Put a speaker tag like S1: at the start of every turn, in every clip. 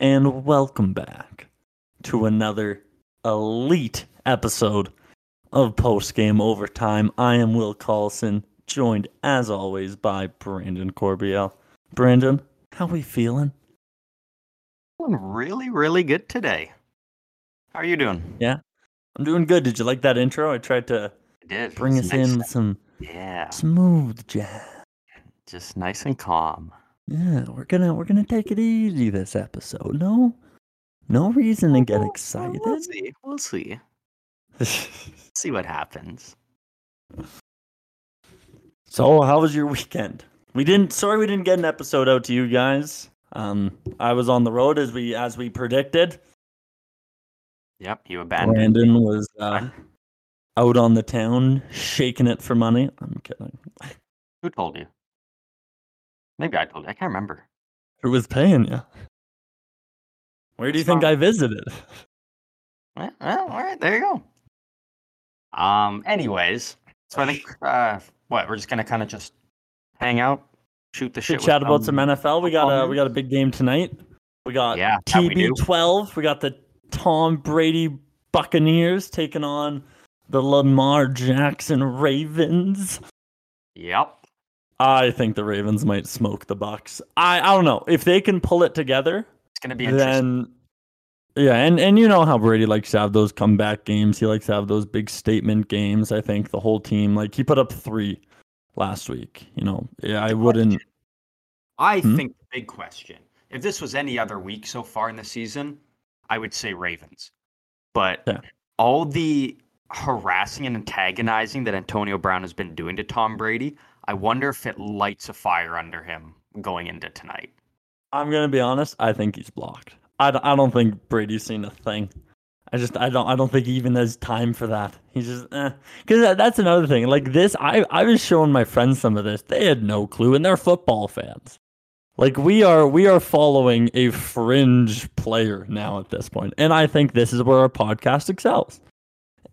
S1: and welcome back to another elite episode of Post Game Overtime. I am Will Carlson, joined as always by Brandon Corbiel. Brandon, how we feeling?
S2: Doing really, really good today. How are you doing?
S1: Yeah, I'm doing good. Did you like that intro? I tried to
S2: I did.
S1: bring
S2: It's
S1: us in
S2: nice-
S1: with some
S2: Yeah,
S1: smooth jazz.
S2: just nice and calm.
S1: Yeah, we're gonna we're gonna take it easy this episode. No, no reason to get
S2: Well,
S1: excited.
S2: We'll see. We'll see. See what happens.
S1: So, how was your weekend? We didn't. Sorry, we didn't get an episode out to you guys. Um, I was on the road as we as we predicted.
S2: Yep, you abandoned.
S1: Brandon was uh, out on the town shaking it for money. I'm kidding.
S2: Who told you? Maybe I told you. I can't remember.
S1: Who was paying you? Where do you think I visited?
S2: Well, well, all right, there you go. Um. Anyways, so I think uh, what we're just gonna kind of just hang out, shoot the shit.
S1: Should
S2: with
S1: chat about some NFL. We got
S2: football
S1: a we got a big game tonight. We got
S2: Yeah, that we do.
S1: TB12. We got the Tom Brady Buccaneers taking on the Lamar Jackson Ravens.
S2: Yep.
S1: I think the Ravens might smoke the Bucks. I, I don't know if they can pull it together.
S2: It's gonna be interesting.
S1: Then, yeah, and and you know how Brady likes to have those comeback games. He likes to have those big statement games. I think the whole team, like he put up three last week. You know, yeah, I wouldn't.
S2: I
S1: Hmm?
S2: think the big question, if this was any other week so far in the season, I would say Ravens. But
S1: Yeah.
S2: all the harassing and antagonizing that Antonio Brown has been doing to Tom Brady, I wonder if it lights a fire under him going into tonight.
S1: I'm gonna be honest. I think he's blocked. I, d- I don't think Brady's seen a thing. I just I don't I don't think he even has time for that. He's just because that's another thing. Like this, I I was showing my friends some of this. They had no clue, and they're football fans. Like we are we are following a fringe player now at this point, and I think this is where our podcast excels.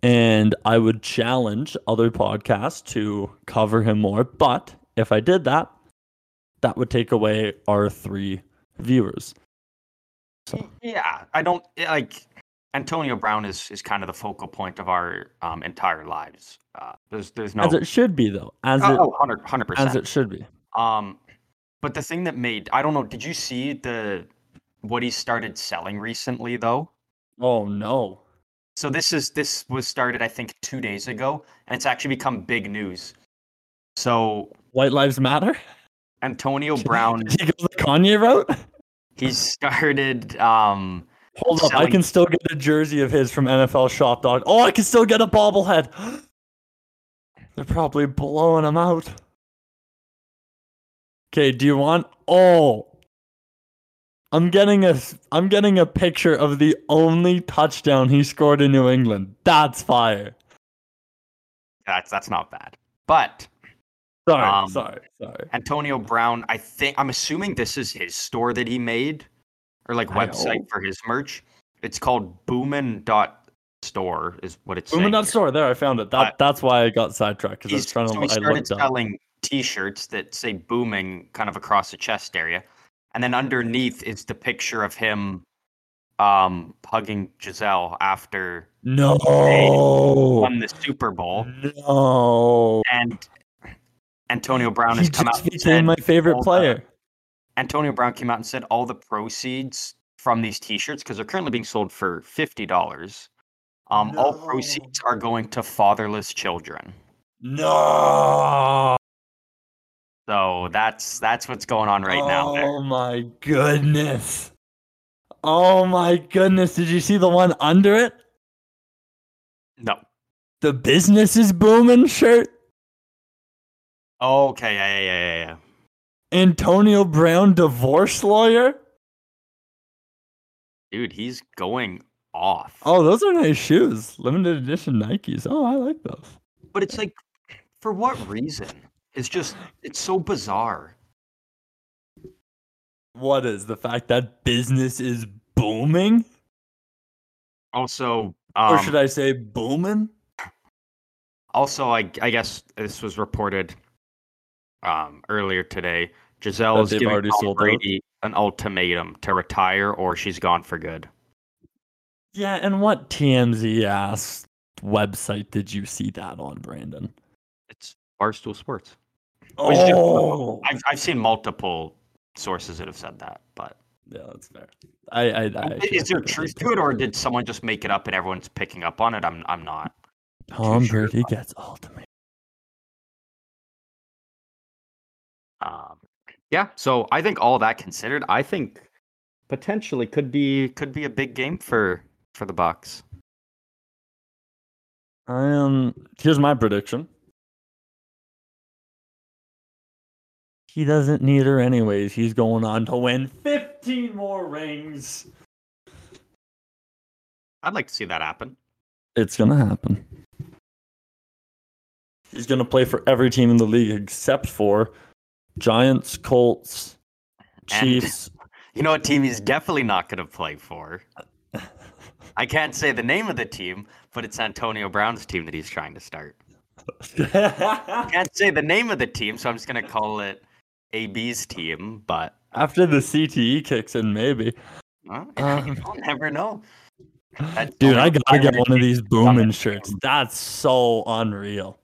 S1: And I would challenge other podcasts to cover him more. But if I did that, that would take away our three viewers. So-
S2: Yeah, I don't like Antonio Brown is is kind of the focal point of our um, entire lives. Uh, there's there's no
S1: As it should be though. As it
S2: oh, 100 percent.
S1: as it should be.
S2: Um, but the thing that made I don't know. Did you see the what he started selling recently though?
S1: Oh no.
S2: So this is this was started I think two days ago, and it's actually become big news. So
S1: White Lives Matter?
S2: Antonio Brown,
S1: He goes the Kanye route?
S2: he started. Um,
S1: Hold up, I
S2: Selling-
S1: can still get a jersey of his from NFL Shop Dog. Oh, I can still get a bobblehead. They're probably blowing him out. Okay, do you want oh I'm getting a s- I'm getting a picture of the only touchdown he scored in New England. That's fire.
S2: that's that's not bad, but
S1: Sorry,
S2: Um,
S1: sorry, sorry.
S2: Antonio Brown, I think I'm assuming this is his store that he made or like
S1: I
S2: website
S1: hope.
S2: for his merch. It's called Boomin dot store is what it's
S1: Boom
S2: saying
S1: and that
S2: here.
S1: store. There, I found it. That
S2: Uh,
S1: that's why I got sidetracked because I was
S2: He's-
S1: trying to.
S2: so
S1: I
S2: he started
S1: looked up.
S2: selling T-shirts that say "booming" kind of across the chest area, and then underneath is the picture of him um, hugging Giselle after
S1: No,
S2: won the Super
S1: Mm-hmm. no.
S2: Bowl. And Antonio Brown
S1: He
S2: has come out.
S1: just
S2: And said,
S1: became my favorite
S2: all the-
S1: player.
S2: Antonio Brown came out and said all the proceeds from these T-shirts because they're currently being sold for fifty dollars. Um, All
S1: No.
S2: proceeds are going to fatherless children.
S1: No,
S2: So that's that's what's going on right now. There.
S1: Oh my goodness. Oh my goodness. Did you see the one under it?
S2: No.
S1: The business is booming shirt.
S2: Okay. Yeah. Yeah. Yeah. Yeah. yeah.
S1: Antonio Brown divorce lawyer.
S2: Dude, he's going off.
S1: Oh, those are nice shoes. Limited edition Nikes. Oh, I like those.
S2: But it's like, for what reason? It's just, it's so bizarre.
S1: What is the fact that business is booming?
S2: Also,
S1: or
S2: um,
S1: should I say booming?
S2: also, I, I guess this was reported um, earlier today. Giselle
S1: That
S2: is
S1: they've
S2: giving
S1: already
S2: Tom
S1: sold out?
S2: Brady an ultimatum to retire or she's gone for good.
S1: Yeah, and what TMZ ass website did you see that on, Brandon?
S2: It's Barstool Sports. Which is-
S1: Oh,
S2: I've, I've seen multiple sources that have said that, but
S1: yeah, that's fair. I, I, I actually
S2: is there
S1: forgot
S2: truth
S1: that.
S2: to it, or did someone just make it up and everyone's picking up on it? I'm I'm not.
S1: Tom
S2: sure
S1: Brady gets ultimate?
S2: Um, yeah, so I think all that considered, I think potentially could be could be a big game for for the Bucks.
S1: I am. Here's my prediction. He doesn't need her anyways. He's going on to win 15 more rings.
S2: I'd like to see that happen.
S1: It's gonna happen. He's gonna play for every team in the league except for Giants, Colts,
S2: And-
S1: Chiefs.
S2: You know what team he's definitely not going to play for? I can't say the name of the team, but it's Antonio Brown's team that he's trying to start. Can't say the name of the team, so I'm just going to call it AB's team, but
S1: After the CTE kicks in, maybe.
S2: uh,
S1: Um.
S2: I'll never know. That's
S1: Dude,
S2: only
S1: I gotta get one of these Boomin
S2: Bowman
S1: shirts. That's so unreal.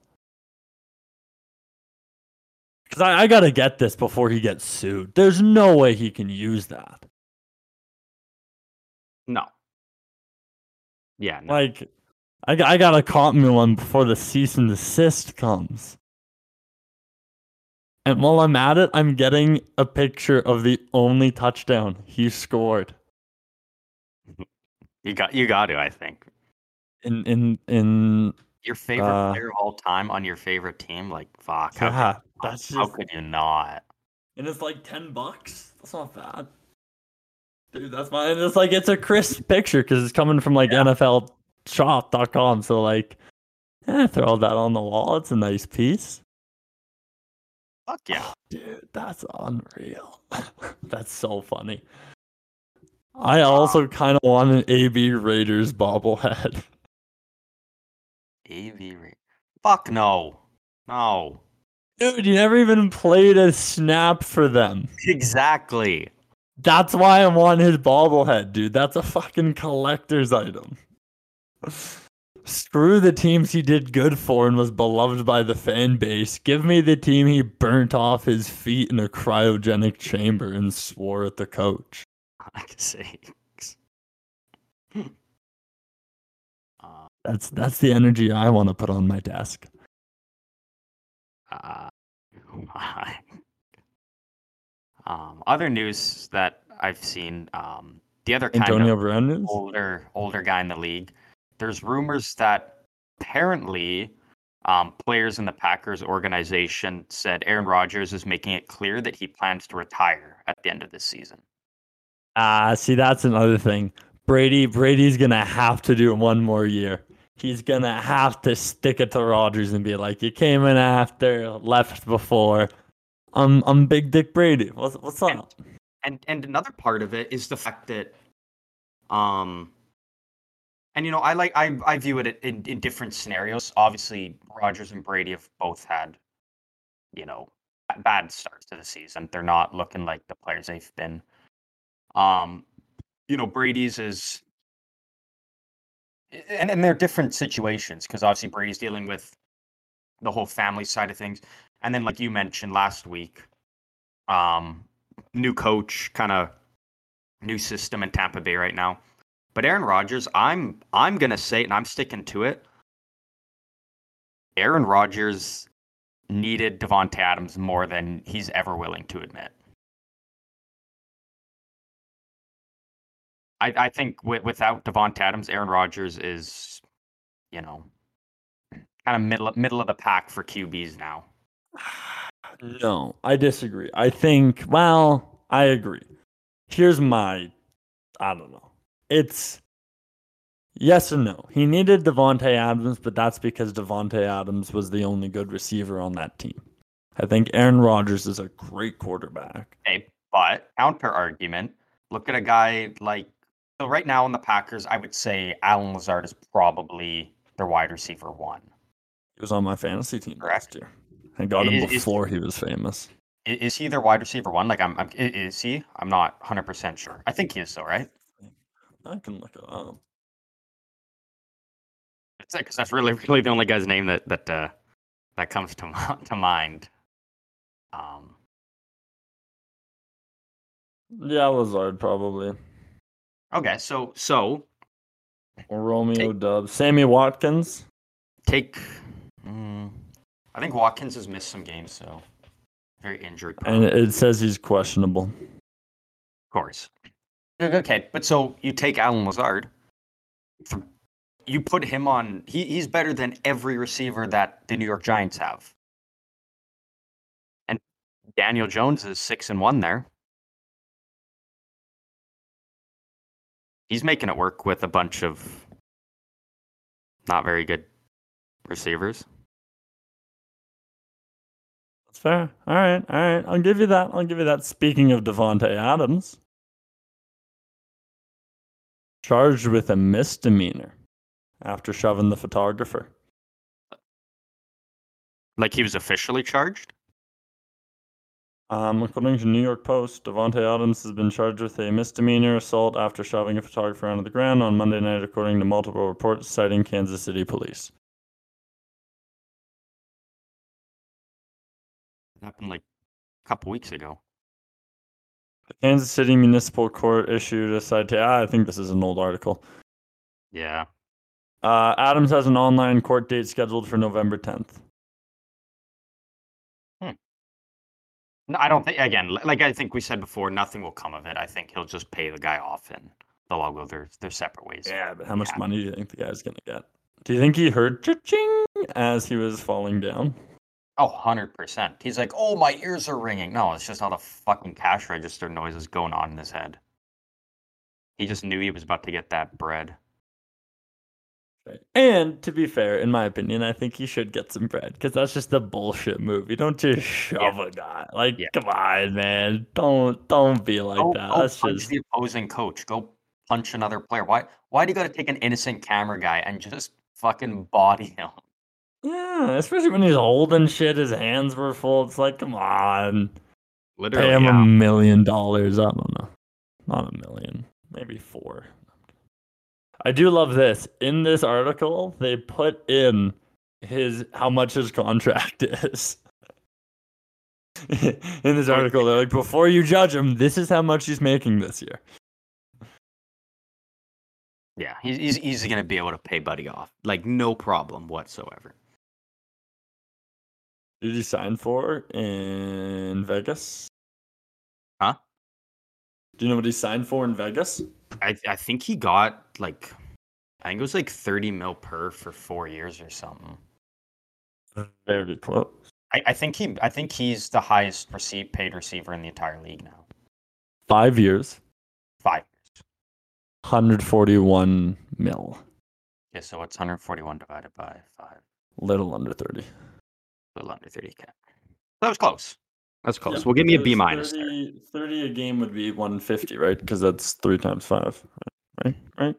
S1: Cause I, I gotta get this before he gets sued. There's no way he can use that.
S2: No. Yeah, no.
S1: Like, I, g- I gotta cop me one before the cease and desist comes. And while I'm at it, I'm getting a picture of the only touchdown he scored
S2: you got you got to. I think
S1: in in in.
S2: your favorite
S1: Uh,
S2: player of all time on your favorite team, like fuck, how,
S1: Yeah,
S2: could-
S1: that's
S2: how
S1: just
S2: could you not?
S1: and it's like ten bucks. That's not bad, dude. That's my. And it's like it's a crisp picture because it's coming from like NFLShop.com. So like, eh, throw that on the wall. It's a nice piece,
S2: Fuck yeah,
S1: dude. That's unreal. that's so funny. I also kind of want an AB Raiders bobblehead.
S2: AV. Ra- Fuck no, no.
S1: Dude, you never even played a snap for them.
S2: Exactly.
S1: That's why I want his bobblehead, dude. That's a fucking collector's item. Screw the teams he did good for and was beloved by the fan base. Give me the team he burnt off his feet in a cryogenic chamber and swore at the coach.
S2: Fuck's sakes. Uh,
S1: That's that's the energy I want to put on my desk.
S2: uh, why? um, other news that I've seen. Um, the other kind of
S1: Antonio Brown news?
S2: older older guy in the league. There's rumors that apparently um, players in the Packers organization said Aaron Rodgers is making it clear that he plans to retire at the end of this season.
S1: Ah, see, that's another thing. Brady, Brady's gonna have to do one more year. He's gonna have to stick it to Rodgers and be like, "You came in after, left before." I'm, I'm Big Dick Brady. What's, what's up?
S2: And and another part of it is the fact that, um, and you know I like I I view it in, in different scenarios. Obviously, Rodgers and Brady have both had, you know, b- bad starts to the season. They're not looking like the players they've been. Um, you know, Brady's is, a- and and they're different situations because obviously Brady's dealing with the whole family side of things, and then like you mentioned last week, um, new coach, kind of new system in Tampa Bay right now. But Aaron Rodgers, I'm I'm gonna say, it and I'm sticking to it. Aaron Rodgers needed Devonte Adams more than he's ever willing to admit. I, I think wi- without Devonte Adams, Aaron Rodgers is, you know, kind of middle middle of the pack for QBs now.
S1: No, I disagree. I think, well, I agree. Here's my, I don't know. It's yes and no. He needed Devonte Adams, but that's because Devonte Adams was the only good receiver on that team. I think Aaron Rodgers is a great quarterback.
S2: Okay, but counter argument, look at a guy like so right now in the Packers, I would say Alan Lazard is probably their wide receiver one.
S1: He was on my fantasy team
S2: Correct.
S1: last year. I got him
S2: Is- is-
S1: before he was famous.
S2: I- Is he their wide receiver one? Like I'm, I'm i- is he? I'm not 100 percent sure. I think he is though, right?
S1: I can look it up.
S2: That's it, because that's really, really the only guy's name that that uh, that comes to mi- to mind. Um,
S1: Yeah, Lazard probably.
S2: okay, so so
S1: Or Romeo Dubs. Sammy Watkins.
S2: take. Mm, I think Watkins has missed some games, so very injured.
S1: And
S2: prone, of
S1: it says he's questionable.
S2: course. Okay, but so you take Alan Lazard. for- You put him on. He, he's better than every receiver that the New York Giants have. And Daniel Jones is six and one there. He's making it work with a bunch of not very good receivers.
S1: That's fair. All right, all right. I'll give you that. I'll give you that. Speaking of Devonte Adams, charged with a misdemeanor after shoving the photographer.
S2: Like he was officially charged.
S1: Um, according to New York Post, Devonte Adams has been charged with a misdemeanor assault after shoving a photographer onto the ground on Monday night, according to multiple reports citing Kansas City police.
S2: It happened like a couple weeks ago.
S1: The Kansas City Municipal Court issued a citation. Ah, I think this is an old article.
S2: Yeah.
S1: Uh, Adams has an online court date scheduled for November 10th.
S2: No, I don't think. Again, li- like I think we said before, nothing will come of it. I think he'll just pay the guy off, and they'll all go their their separate ways.
S1: Yeah, but how much
S2: Yeah.
S1: money do you think the guy's gonna get? Do you think he heard ching as he was falling down?
S2: Oh, 100 percent. He's like, oh, my ears are ringing. No, it's just all the fucking cash register noises going on in his head. He just knew he was about to get that bread.
S1: And to be fair, in my opinion, I think he should get some bread because that's just a bullshit move. You don't just shove a guy. Like,
S2: Yeah.
S1: come on, man. Don't don't be like
S2: go,
S1: that.
S2: go
S1: That's
S2: punch
S1: just
S2: the opposing coach. Go punch another player. Why? Why do you got to take an innocent camera guy and just fucking body him?
S1: yeah. Especially when he's holding shit, his hands were full. It's like, come on,
S2: Literally.
S1: pay him a million dollars. I don't know, not a million, maybe four. I do love this. In this article, they put in his how much his contract is. in this
S2: Oh,
S1: article, they're like, before you judge him, this is how much he's making this year.
S2: Yeah, he's he's easily gonna be able to pay Buddy off, like no problem whatsoever.
S1: Did you sign for in Vegas?
S2: Huh?
S1: Do you know what he signed for in Vegas?
S2: I I think he got like, I think it was like thirty mil per for four years or something.
S1: Very close.
S2: I, I think he I think he's the highest receipt paid receiver in the entire league now.
S1: Five years,
S2: Five years.
S1: 141 mil.
S2: Yeah, so it's 141 divided by five,
S1: Little under 30.
S2: a little under 30k. That was close. That's close.
S1: Yeah,
S2: well, give me a
S1: because
S2: B minus. there.
S1: 30, 30 a game would be 150, right? Because that's three times five, right? Right?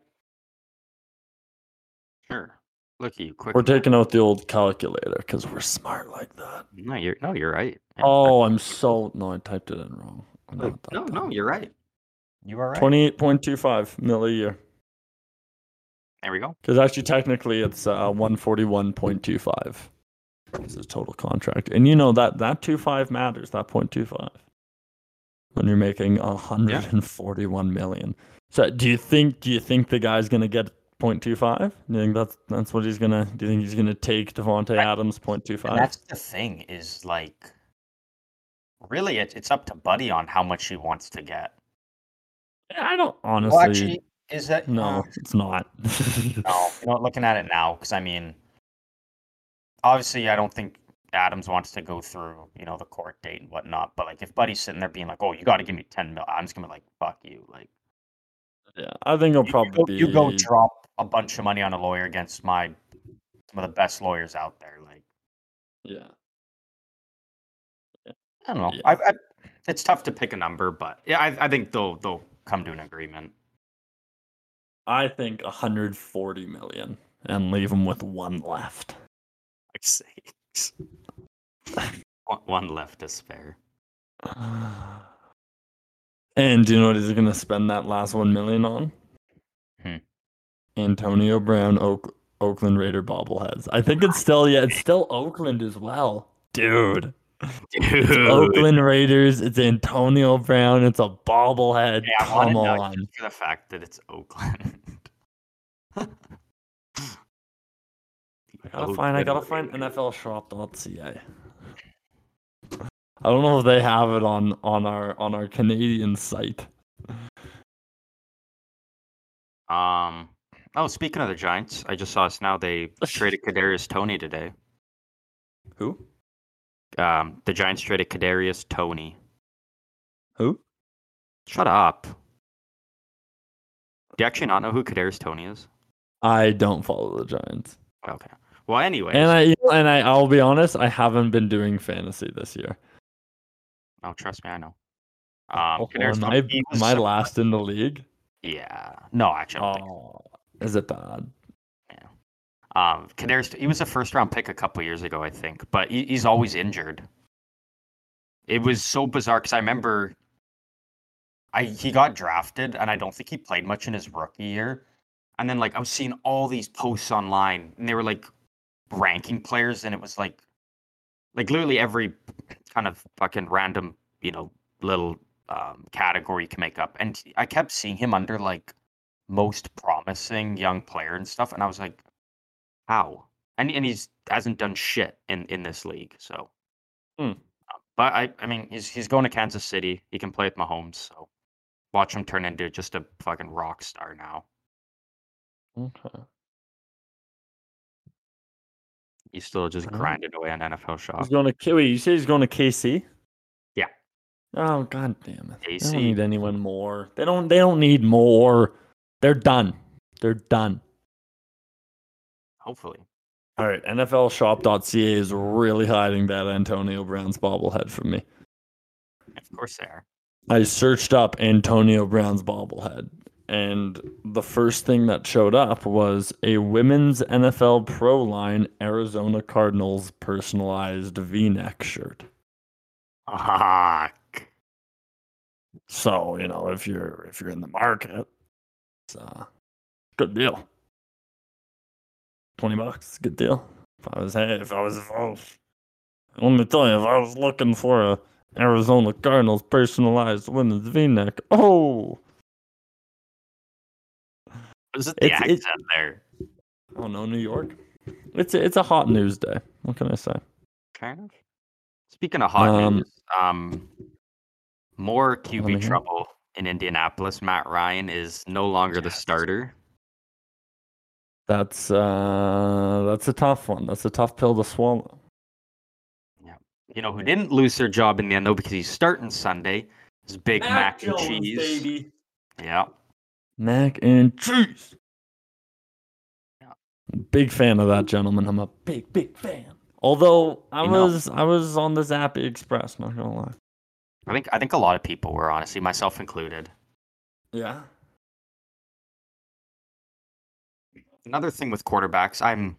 S2: Sure. Look at you, quick.
S1: We're
S2: math.
S1: taking out the old calculator because we're smart like that.
S2: No, you're no, you're right. Yeah,
S1: Oh, I'm so. No, I typed it in wrong. I'm
S2: no,
S1: not that
S2: no,
S1: dumb.
S2: no, you're right. You are right.
S1: 28.25 mil a year.
S2: There we go.
S1: Because actually, technically, it's uh, 141.25. This is total contract. And you know that that 25 matters, that 0.25. When you're making 141 million. So do you think do you think the guy's going to get 0.25? Do you think that's that's what he's going to do you think he's going to take Devonte
S2: I-
S1: Adams 0.25?
S2: And that's the thing is like, really, it, it's up to Buddy on how much he wants to get.
S1: I don't honestly
S2: Well, actually, is that
S1: No,
S2: uh,
S1: it's not.
S2: no, you know, looking at it now, because I mean, obviously, I don't think Adams wants to go through, you know, the court date and whatnot. But like, if Buddy's sitting there being like, "Oh, you got to give me ten mil," I'm just gonna be like, "Fuck you!" Like,
S1: yeah, I think it'll
S2: you- you go-
S1: probably
S2: you go
S1: be
S2: drop a bunch of money on a lawyer against my some of the best lawyers out there. Like,
S1: yeah.
S2: I don't know.
S1: Yeah.
S2: I, I, it's tough to pick a number, but yeah, I, I think they'll they'll come to an agreement.
S1: I think 140 million and leave him with one left.
S2: Like sakes. one, one left to spare.
S1: And do you know what he's going to spend that last one million on?
S2: Hmm.
S1: Antonio Brown, Oak, Oakland Raider bobbleheads. I think it's still yeah, it's still Oakland as well, dude.
S2: Dude.
S1: Oakland Raiders. It's Antonio Brown. It's a bobblehead.
S2: Yeah, I
S1: Come
S2: wanted that
S1: on.
S2: just for the fact that it's Oakland.
S1: I
S2: Oh,
S1: gotta find. I gotta find NFLShop.ca. I don't know if they have it on on our on our Canadian site.
S2: Um. Oh, speaking of the Giants, I just saw us now. They traded Kadarius Tony today.
S1: Who?
S2: Um, the Giants traded Kadarius Tony.
S1: Who?
S2: Shut up. Do you actually not know who Kadarius Tony is?
S1: I don't follow the Giants.
S2: Okay. Well, anyways,
S1: And I you know, and I I'll be honest, I haven't been doing fantasy this year.
S2: oh, trust me, I know. Um,
S1: Oh,
S2: Kadarius
S1: am
S2: Toney,
S1: I,
S2: he was
S1: am I
S2: so-
S1: last in the league?
S2: Yeah. No, actually, I don't think.
S1: Oh, is it bad?
S2: Um, Kadarius, he was a first round pick a couple years ago, I think, but he, he's always injured. It was so bizarre because I remember, I he got drafted and I don't think he played much in his rookie year, and then like I was seeing all these posts online and they were like ranking players and it was like, like literally every kind of fucking random you know little um, category you can make up, and I kept seeing him under like most promising young player and stuff, and I was like how and and he's hasn't done shit in in this league so
S1: Hmm.
S2: Uh, but i i mean he's he's going to kansas city he can play with mahomes so watch him turn into just a fucking rock star now
S1: Okay.
S2: he's still just
S1: Wow.
S2: grinding away on nfl shop
S1: He's going to Kiwi. You said he's going to KC.
S2: Yeah.
S1: Oh god damn it! They
S2: KC.
S1: don't need anyone more. They don't. They don't need more. They're done. They're done.
S2: hopefully
S1: All right. NFLShop.ca is really hiding that Antonio Brown's bobblehead from me.
S2: of course they are
S1: I searched up Antonio Brown's bobblehead, and the first thing that showed up was a women's NFL Pro Line Arizona Cardinals personalized V neck shirt.
S2: Fuck.
S1: So, you know, if you're if you're in the market, it's uh good deal. Twenty bucks, good deal. If I was hey, if I was if I was let me tell you, if I was looking for a Arizona Cardinals personalized women's V neck, oh
S2: was it the
S1: It's-
S2: accent
S1: it-
S2: there
S1: Oh no, New York. It's a, it's a hot news day. What can I say?
S2: kind of speaking of hot
S1: Um,
S2: news um more
S1: me hear.
S2: qb trouble in indianapolis matt ryan is no longer the
S1: Yes.
S2: starter
S1: That's uh that's a tough one. That's a tough pill to swallow.
S2: You know who didn't lose their job in the end though because he's starting Sunday is Big Mac, and Cheese. Yeah.
S1: Mac and cheese.
S2: Yeah.
S1: Big fan of that gentleman. I'm a big, big fan. Although I
S2: You know-
S1: was I was on the Zappy Express, not gonna lie.
S2: I think I think a lot of people were honestly, myself included.
S1: Yeah.
S2: Another thing with quarterbacks, I'm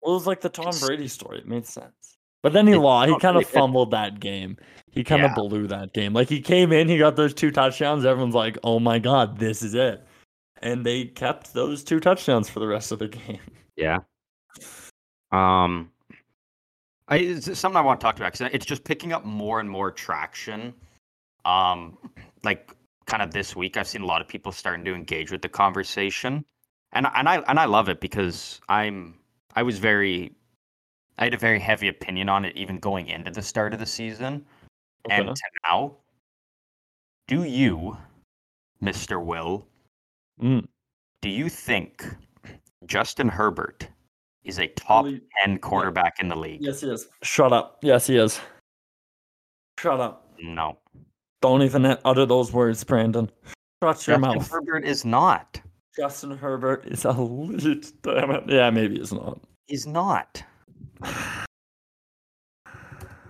S1: Well, it was like the Tom
S2: It's-
S1: Brady story. It made sense. But then he
S2: It-
S1: lost. He
S2: oh,
S1: kind of
S2: it- it-
S1: fumbled that game. He kind of
S2: Yeah.
S1: blew that game. Like he came in, he got those two touchdowns. Everyone's like, "Oh my god, this is it!" And they kept those two touchdowns for the rest of the game.
S2: yeah. Um I it's something I want to talk about because it's just picking up more and more traction. Um like kind of this week I've seen a lot of people starting to engage with the conversation. And and I and I love it because I'm I was very I had a very heavy opinion on it even going into the start of the season. and
S1: Okay.
S2: to now. Do you, Mr. Will,
S1: Mm.
S2: do you think Justin Herbert is a top
S1: Holy-
S2: 10 quarterback in the league?
S1: Yes, he is. Shut up. Yes, he is. Shut up.
S2: No.
S1: Don't even utter those words, Brandon. Shut your
S2: Justin
S1: mouth.
S2: Herbert is not.
S1: Justin Herbert is a lead. Damn it. Yeah, maybe it's not.
S2: He's not.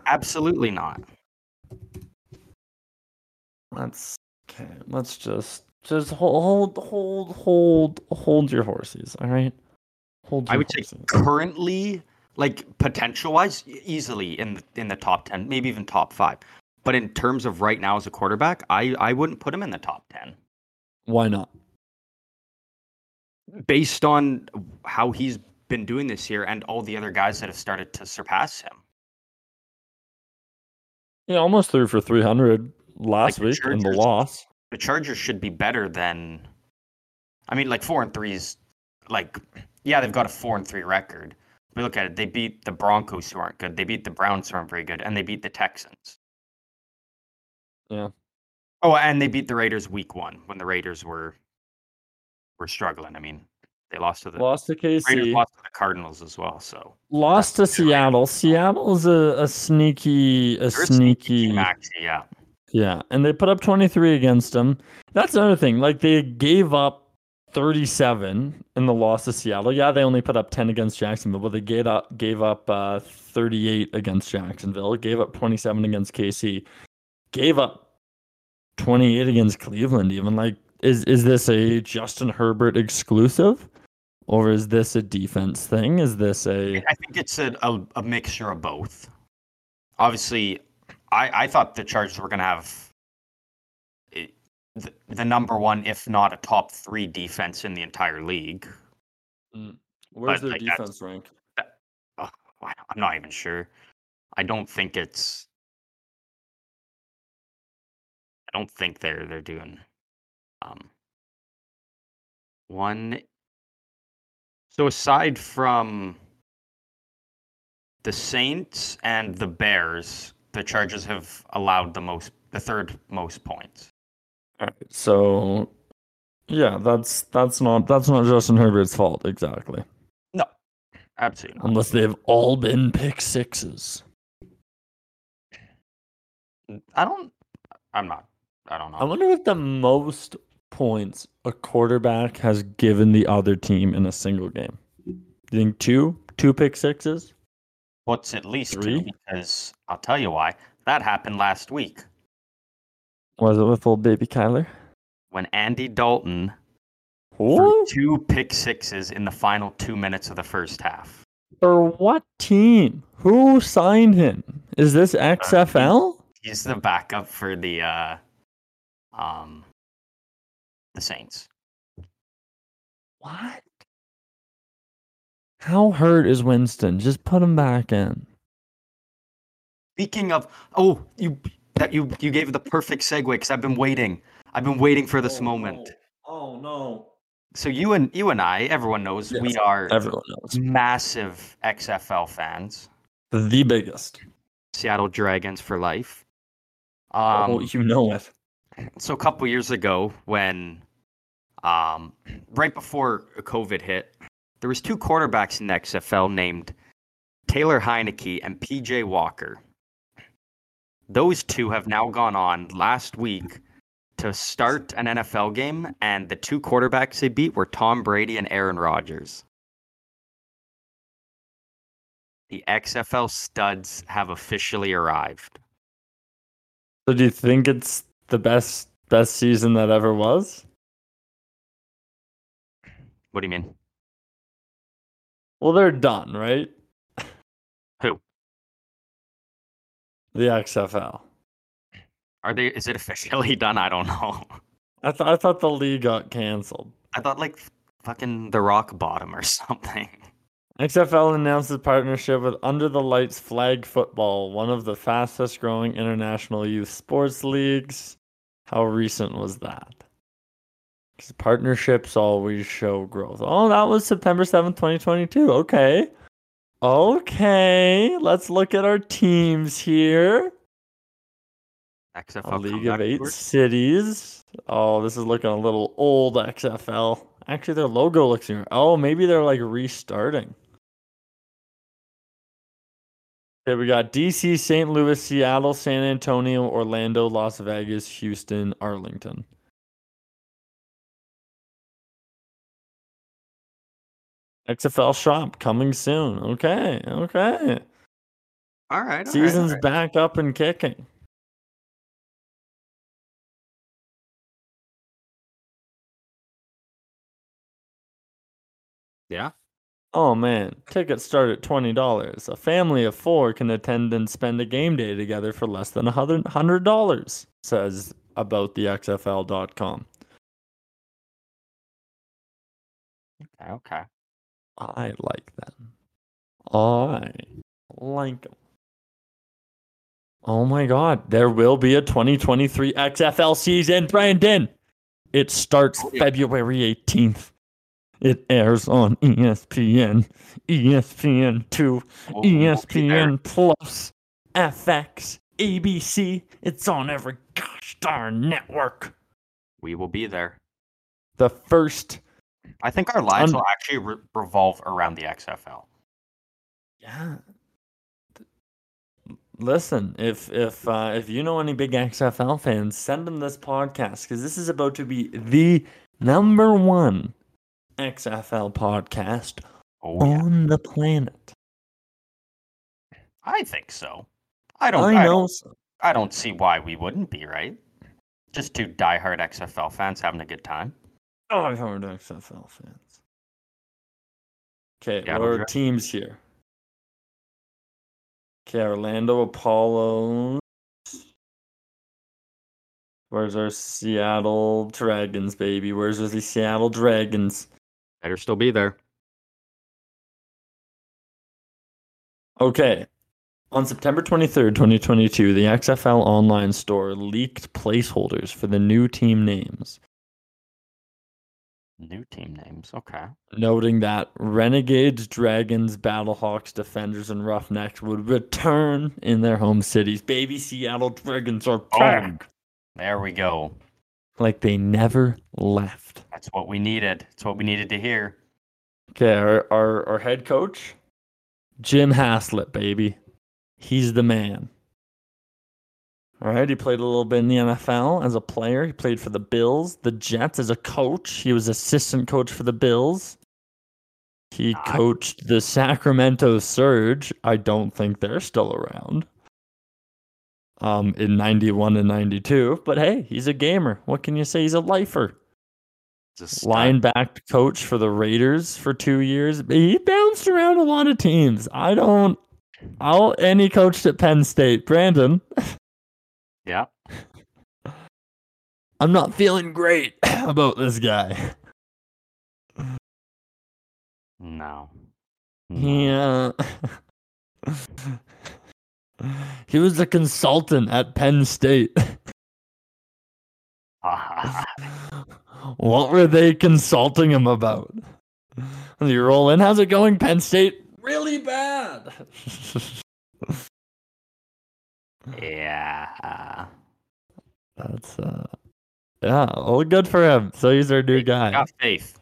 S2: Absolutely not.
S1: Let's okay. Let's just just hold hold hold hold your horses. All right. Hold. Your
S2: I would say
S1: horses.
S2: e-, currently, like potential wise, easily in the, in the top ten, maybe even top five. But in terms of right now as a quarterback, I, I wouldn't put him in the top 10
S1: Why not?
S2: based on how he's been doing this year and all the other guys that have started to surpass him.
S1: He almost threw for 300 last
S2: Like the
S1: week in the
S2: Chargers.
S1: loss.
S2: the Chargers should be better than. I mean, like four and threes, like yeah, they've got a four and three record. We look at it; they beat the Broncos, who aren't good. They beat the Browns, who aren't very good, and they beat the Texans.
S1: Yeah.
S2: Oh, and they beat the Raiders week one when the Raiders were were struggling. I mean, they lost to the
S1: Lost to
S2: Raiders
S1: KC. Lost,
S2: lost to the Cardinals as well. So
S1: to Seattle. Seattle's a, a sneaky, a
S2: They're a
S1: sneaky.
S2: team, actually, yeah.
S1: Yeah, and they put up 23 against them. That's another thing. Like they gave up 37 in the loss to Seattle. Yeah, they only put up 10 against Jacksonville, but they gave up gave up uh, 38 against Jacksonville. Gave up 27 against KC. Gave up 28 against Cleveland. Even like, is is this a Justin Herbert exclusive, or is this a defense thing? Is this a
S2: I think it's a, a, a mixture of both. Obviously, I, I thought the Chargers were going to have eh, the, the number one, if not a top three defense in the entire league.
S1: where's
S2: But,
S1: their
S2: like, that's-
S1: defense rank?
S2: I- I'm not even sure. I don't think it's. I don't think they're they're doing, um. One. So aside from the Saints and the Bears, the Chargers have allowed the most, the third most points.
S1: All right. So, yeah, that's that's not that's not Justin Herbert's fault exactly,
S2: Absolutely. not.
S1: unless they've all been pick sixes.
S2: I don't. I'm not. I don't know.
S1: I wonder if the most points a quarterback has given the other team in a single game. You think two, two pick sixes?
S2: What's at least two,
S1: Three?
S2: Because I'll tell you why. That happened last week.
S1: Was it with old baby Kyler?
S2: when Andy Dalton threw
S1: What?
S2: two pick sixes in the final two minutes of the first half.
S1: For what team? Who signed him? Is this XFL?
S2: He's the backup for the uh, um, the Saints.
S1: What? How hurt is Winston? Just put him back in.
S2: Speaking of, oh, you that you you gave the perfect segue because I've been waiting. I've been waiting for this
S1: Oh,
S2: moment.
S1: no. Oh no.
S2: So you and you and I, everyone knows we
S1: Yes,
S2: are
S1: Everyone knows.
S2: massive XFL fans.
S1: The biggest.
S2: Seattle Dragons for life. Um,
S1: oh, you know it.
S2: so a couple years ago when um right before covid hit there was two quarterbacks in the xfl named taylor Heineke and pj walker those two have now gone on last week to start an nfl game and the two quarterbacks they beat were tom brady and aaron rodgers the xfl studs have officially arrived
S1: So do you think it's the best best season that ever was?
S2: what do you mean
S1: Well, they're done, right?
S2: Who?
S1: The XFL.
S2: are they is it officially done i don't know
S1: I thought I thought the league got canceled.
S2: I thought like fucking the rock bottom or something.
S1: XFL announces partnership with Under the Lights Flag Football, one of the fastest growing international youth sports leagues. How recent was that? 'Cause partnerships always show growth. Oh, that was September 7th, 2022. Okay. Okay. Let's look at our teams here.
S2: XFL
S1: A league
S2: comeback
S1: of eight
S2: tour?
S1: cities. Oh, this is looking a little old XFL. Actually, their logo looks new. Oh, maybe they're like restarting. Okay, we got DC, St. Louis, Seattle, San Antonio, Orlando, Las Vegas, Houston, Arlington. XFL shop coming soon. Okay, okay.
S2: All right, all right, all
S1: Season's
S2: right.
S1: back up and kicking.
S2: Yeah.
S1: Oh man, tickets start at twenty dollars. A family of four can attend and spend a game day together for less than hundred dollars, says about the XFL.com.
S2: Okay, okay.
S1: I like them. I like them. Oh my god, there will be a 2023 XFL season, Brandon. It starts
S2: Oh, yeah.
S1: February 18th. It airs on E ESPN, E ESPN2,
S2: We'll-
S1: E
S2: we'll be there.
S1: ESPN Plus, FX, ABC. It's on every gosh darn network.
S2: We will be there.
S1: The first
S2: I think our lives
S1: Un-
S2: will actually re- revolve around the XFL.
S1: Yeah. Th- Listen, if if uh, if you know any big XFL fans, send them this podcast because this is about to be the number one XFL podcast
S2: Oh yeah,
S1: on the planet.
S2: I think so. I don't.
S1: I
S2: I
S1: know.
S2: don't,
S1: so.
S2: I don't see why we wouldn't be right. Just two diehard XFL fans having a good time.
S1: Oh, I've heard of XFL fans. Okay,
S2: Yeah,
S1: what
S2: we're
S1: are
S2: dra-
S1: teams here? Okay, Orlando Apollo. Where's our Seattle Dragons, baby? Where's the Seattle Dragons?
S2: Better still be there.
S1: Okay. On September 23rd, 2022, the XFL online store leaked placeholders for the new team names,
S2: New team names. Okay.
S1: noting that Renegades, Dragons, Battlehawks, Defenders, and Roughnecks would return in their home cities. Baby Seattle Dragons are back!
S2: There we go.
S1: Like they never left.
S2: That's what we needed. That's what we needed to hear.
S1: Okay, our, our, our head coach, Jim Haslett, baby. He's the man. All right, he played a little bit in the NFL as a player. He played for the Bills, the Jets as a coach. He was assistant coach for the Bills. He
S2: Nice.
S1: coached the Sacramento Surge. I don't think they're still around. Um, in 91 and 92, but hey, he's a gamer. What can you say? He's a lifer
S2: It's a stud.
S1: linebacker coach for the Raiders for two years. He bounced around a lot of teams. I don't. I'll and he coached at Penn State. Brandon,
S2: Yeah.
S1: I'm not feeling great about this guy.
S2: No. No.
S1: Yeah. uh, He was a consultant at Penn State. what were they consulting him about? You roll in. How's it going, Penn State? Really bad.
S2: yeah.
S1: That's uh yeah, well good for him. So he's our new guy.
S2: Got faith.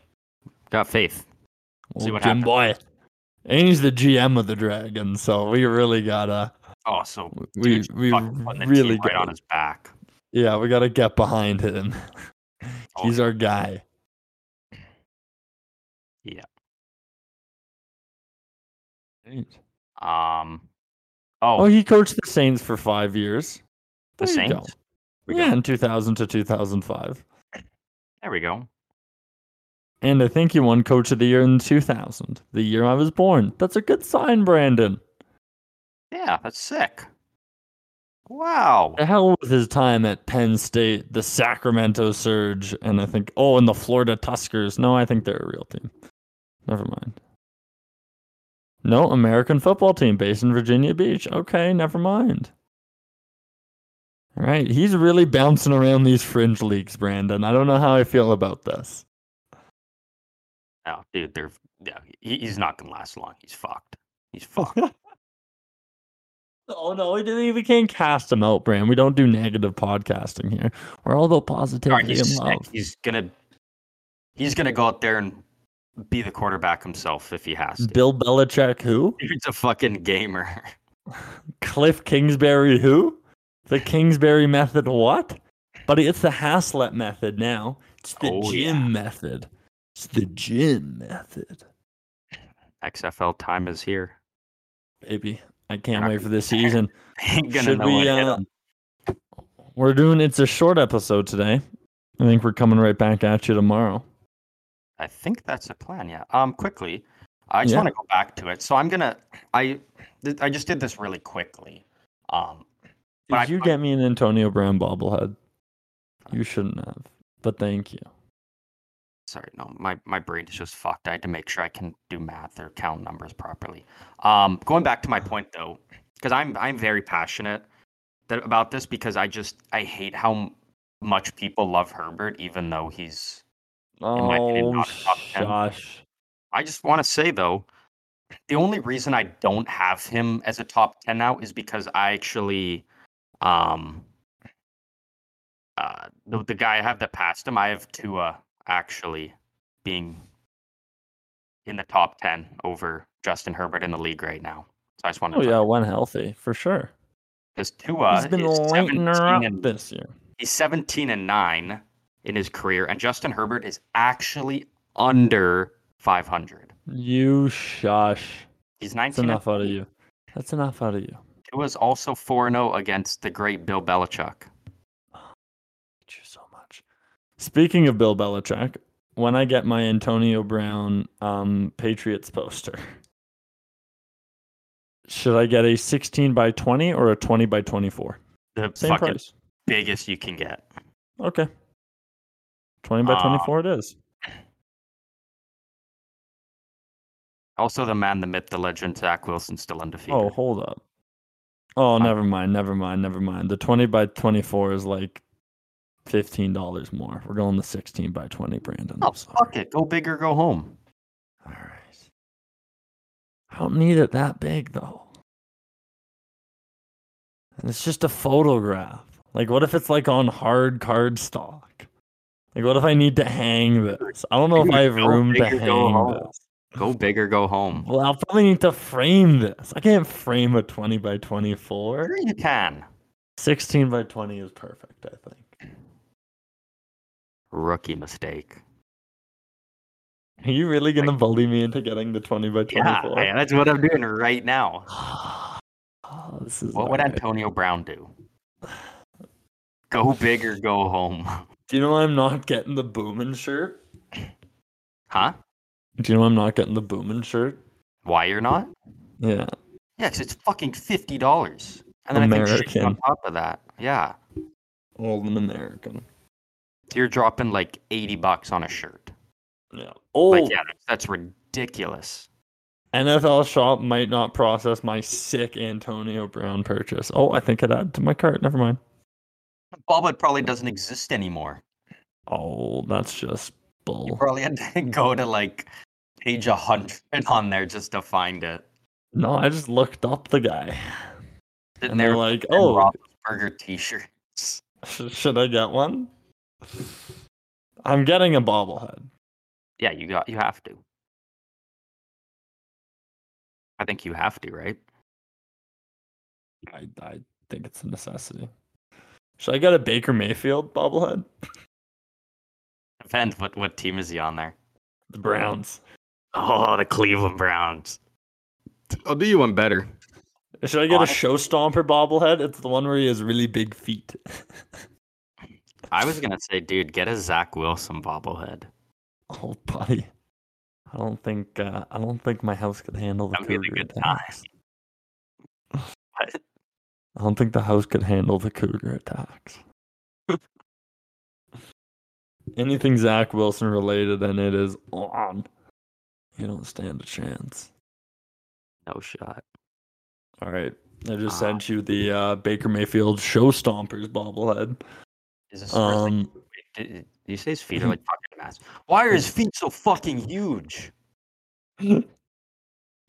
S2: Got faith. see
S1: Old
S2: what
S1: Jim
S2: happens.
S1: Boy. And he's the GM of the Dragons, so we really gotta
S2: Oh, so
S1: we
S2: dude's
S1: we
S2: fucking putting the team
S1: really
S2: right on
S1: gotta,
S2: his back.
S1: yeah, we gotta get behind him.
S2: Oh,
S1: he's our guy.
S2: Yeah.
S1: Right.
S2: Um.
S1: Oh,
S2: Oh,
S1: he coached the Saints for five years.
S2: the
S1: there you go.
S2: Saints. We
S1: yeah,
S2: go.
S1: in two thousand to two thousand five.
S2: There we go.
S1: And I think he won Coach of the Year in two thousand, the year I was born. That's a good sign, Brandon.
S2: Yeah, that's sick. Wow.
S1: The hell with his time at Penn State, the Sacramento Surge, and I think oh, and the Florida Tuskers. No, I think they're a real team. Never mind. No, American football team based in Virginia Beach. Okay, never mind. All right, he's really bouncing around these fringe leagues, Brandon. I don't know how I feel about this.
S2: Oh, dude, they're yeah. He, he's not gonna last long. He's fucked. He's fucked.
S1: Oh no, we didn't. We can't cast him out, Brand. We don't do negative podcasting here. We're all about
S2: Alright,
S1: positivity
S2: he's
S1: and
S2: sick.
S1: love.
S2: He's gonna he's gonna go out there and be the quarterback himself if he has to.
S1: Bill Belichick, who?
S2: Dude's a fucking gamer.
S1: Cliff Kingsbury who? The Kingsbury method what? Buddy, it's the Haslett method now. It's the
S2: Oh,
S1: gym
S2: yeah.
S1: method. It's the gym method.
S2: XFL time is here.
S1: Baby, I can't
S2: not
S1: wait for this
S2: gonna-
S1: season.
S2: Ain't gonna
S1: Should
S2: know
S1: we,
S2: what hit
S1: uh,
S2: him.
S1: We're doing it's a short episode today. I think we're coming right back at you tomorrow.
S2: I think that's the plan, yeah. Um quickly. I just
S1: Yeah.
S2: want to go back to it. So I'm gonna I th- I just did this really quickly. Um, But I-
S1: Did you get me an Antonio Brown bobblehead? You shouldn't have, but thank you.
S2: sorry, no, my my brain is just fucked. I had to make sure I can do math or count numbers properly. Um, going back to my point though, because I'm I'm very passionate that, about this because I just I hate how m- much people love Herbert, even though he's my opinion,
S1: Oh,
S2: not a top 10.
S1: gosh.
S2: I just want to say though, the only reason I don't have him as a top ten now is because I actually, um, uh, the, the guy I have that passed him, I have Tua actually being in the top ten over Justin Herbert in the league right now. So I just want to,
S1: Oh, yeah, one healthy for sure.
S2: because Tua
S1: He's been
S2: is
S1: lighting
S2: 17
S1: her up
S2: and
S1: this year.
S2: He's 17 and 9 in his career, and Justin Herbert is actually under 500.
S1: You shush.
S2: He's
S1: That's
S2: 19
S1: enough out of you. That's enough out of you.
S2: It was also 4 0 against the great Bill Belichick.
S1: Hate you so much. Speaking of Bill Belichick, when I get my Antonio Brown um, Patriots poster, should I get a 16 by 20 or a 20 by 24?
S2: The
S1: Same
S2: fucking
S1: price.
S2: biggest you can get.
S1: Okay. 20 by
S2: Uh,
S1: 24 it is.
S2: Also, the man, the myth, the legend, Zach Wilson, still undefeated.
S1: Oh, hold up. Oh, never mind. Never mind. Never mind. The 20 by 24 is like $15 more. We're going the 16 by 20, Brandon. I'm
S2: Oh,
S1: sorry.
S2: fuck it. Go big or go home.
S1: All right. I don't need it that big though. And it's just a photograph. Like, what if it's like on hard cardstock? Like, what if I need to hang this? I don't know if I have
S2: Go
S1: room to
S2: big or go
S1: hang
S2: home.
S1: this.
S2: Go big or go home.
S1: Well, I'll probably need to frame this. I can't frame a 20 by 24.
S2: Sure you can.
S1: 16 by 20 is perfect, I think.
S2: Rookie mistake.
S1: Are you really going to bully me into getting the 20 by 24?
S2: Yeah, that's what I'm doing right now.
S1: Oh, this is
S2: What would
S1: alright.
S2: Antonio Brown do? Go big or go home.
S1: Do you know I'm not getting the Boomin shirt?
S2: Huh?
S1: Do you know I'm not getting the Boomin shirt?
S2: Why you're not?
S1: Yeah.
S2: Yeah, 'cause it's fucking fifty dollars, and then I think shit on
S1: American.
S2: top of that. Yeah,
S1: Old and American.
S2: So you're dropping like eighty bucks on a shirt.
S1: Yeah. Oh, Old
S2: Like, yeah, that's, that's ridiculous.
S1: NFL shop might not process my sick Antonio Brown purchase. Oh, I think it added to my cart. Never mind.
S2: Bobbit probably doesn't exist anymore.
S1: Oh, that's just
S2: You
S1: bull.
S2: probably had to go to like page hundred on there just to find it.
S1: No, I just looked up the guy.
S2: Sitting
S1: And they're
S2: there,
S1: like,
S2: wearing
S1: oh,
S2: Roethlisberger T-shirts.
S1: sh- should I get one? I'm getting a bobblehead.
S2: Yeah, you got. You have to. I think you have to, right?
S1: I, I think it's a necessity. Should I get a Baker Mayfield bobblehead?
S2: Depends. What what team is he on there?
S1: The Browns.
S2: Oh, the Cleveland Browns. I'll do you one better.
S1: Should I get a
S2: Honest-
S1: show stomper bobblehead? It's the one where he has really big feet.
S2: I was gonna say, dude, get a Zach Wilson bobblehead.
S1: Oh, buddy. I don't think uh, I don't think my house could handle the
S2: That'd be the
S1: cougar
S2: good
S1: attacks.
S2: What?
S1: I don't think the house could handle the cougar attacks. Anything Zach Wilson related, and it is on. You don't stand a chance.
S2: No shot.
S1: All right, I just
S2: Ah.
S1: sent you the uh, Baker Mayfield show stompers bobblehead.
S2: Is this um,
S1: Um,
S2: did, did you say his feet are like fucking massive? Why are his feet so fucking huge?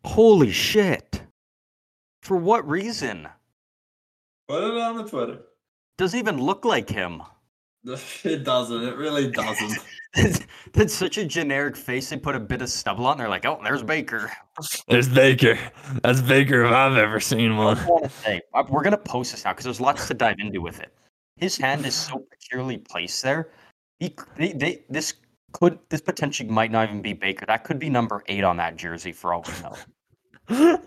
S2: Holy shit! For what reason?
S1: put it on the Twitter.
S2: Doesn't even look like him.
S1: It doesn't. It really doesn't.
S2: That's such a generic face. They put a bit of stubble on. They're like, oh, there's Baker.
S1: There's Baker. That's Baker if I've ever seen one.
S2: I want to say uh, we're gonna post this now because there's lots to dive into with it. His hand is so peculiarly placed there. He, c- they, they, this could, this potentially might not even be Baker. That could be number eight on that jersey for all we know.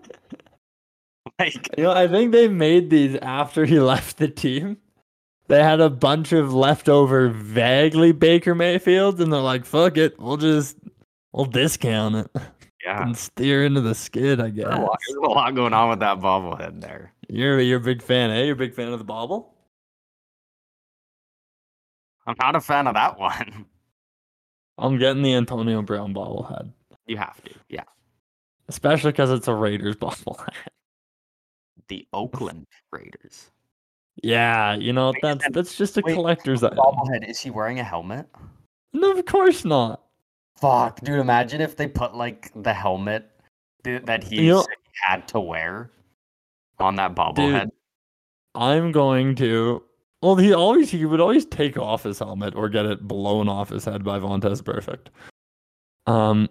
S1: you
S2: Like,
S1: know, I think they made these after he left the team. They had a bunch of leftover vaguely Baker Mayfields, and they're like, fuck it, we'll just we'll discount it.
S2: Yeah.
S1: and steer into the skid. Ah. Oh, I
S2: There's a
S1: guess
S2: lot- there's a lot going on with that bobblehead there.
S1: you're you're a big fan. eh? you're a big fan of the bobble.
S2: I'm not a fan of that one.
S1: I'm getting the Antonio Brown bobblehead,
S2: You have to. Yeah.
S1: especially because it's a Raiders bobblehead.
S2: The Oakland Raiders.
S1: Yeah, you know
S2: Wait,
S1: that's
S2: and-
S1: that's just a
S2: wait,
S1: collector's
S2: The
S1: item.
S2: bobblehead, is he wearing a helmet?
S1: No, of course not.
S2: Fuck, dude, imagine if they put like the helmet th- that he
S1: You know-
S2: said he had to wear on that bobblehead.
S1: Dude, I'm going to. Well, he always he would always take off his helmet or get it blown off his head by Vontez Perfect. Um,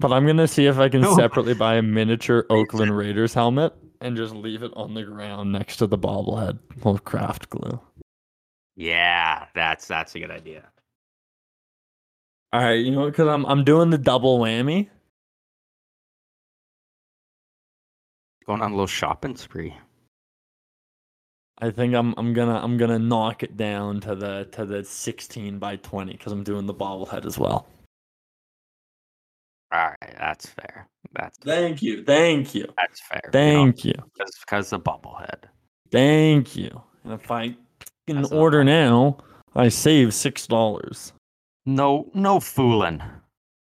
S1: but I'm gonna see if I can
S2: No.
S1: separately buy a miniature Oakland Raiders helmet and just leave it on the ground next to the bobblehead. Little craft glue.
S2: Yeah, that's that's a good idea.
S1: All right, you know what? Because I'm I'm doing the double whammy.
S2: Going on a little shopping spree.
S1: I think I'm I'm gonna I'm gonna knock it down to the to the 16 by 20 because I'm doing the bobblehead as well.
S2: All right, that's fair. That's
S1: Thank you, thank you,
S2: that's fair.
S1: thank you.
S2: because the bobblehead.
S1: Thank you. And if I can
S2: That's not
S1: order now, I save six dollars.
S2: No, no fooling.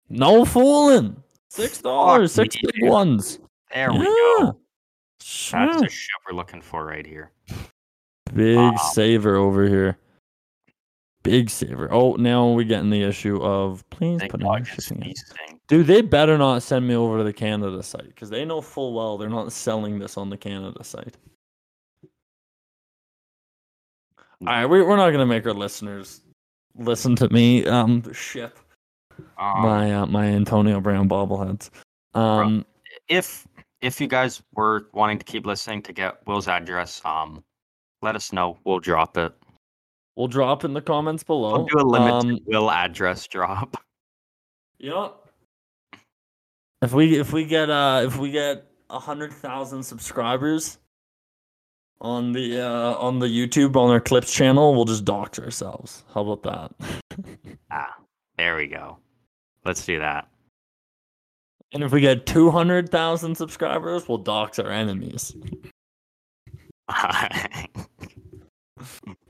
S1: No fooling. Six dollars, six
S2: me,
S1: big
S2: dude.
S1: ones.
S2: There we
S1: Yeah.
S2: go. That's
S1: Sure.
S2: the shit we're looking for right here.
S1: Big
S2: Wow.
S1: saver over here. Big saver. Oh, now we're getting the issue of please
S2: Thank
S1: put
S2: God
S1: in
S2: it's
S1: shipping. address.
S2: feasting.
S1: Dude, they better not send me over to the Canada site because they know full well they're not selling this on the Canada site. All right, we, we're not going to make our listeners listen to me um, ship
S2: Um,
S1: my uh, my Antonio Brown bobbleheads. Um,
S2: if if you guys were wanting to keep listening to get Will's address, um, let us know. We'll drop it.
S1: we'll drop in the comments below.
S2: We'll do a limited
S1: Um,
S2: Will address drop.
S1: you know, if we if we get uh if we get a hundred thousand subscribers on the uh on the YouTube on our clips channel, we'll just dox ourselves. How about that?
S2: Ah, there we go. Let's do that.
S1: And if we get two hundred thousand subscribers, we'll dox our enemies.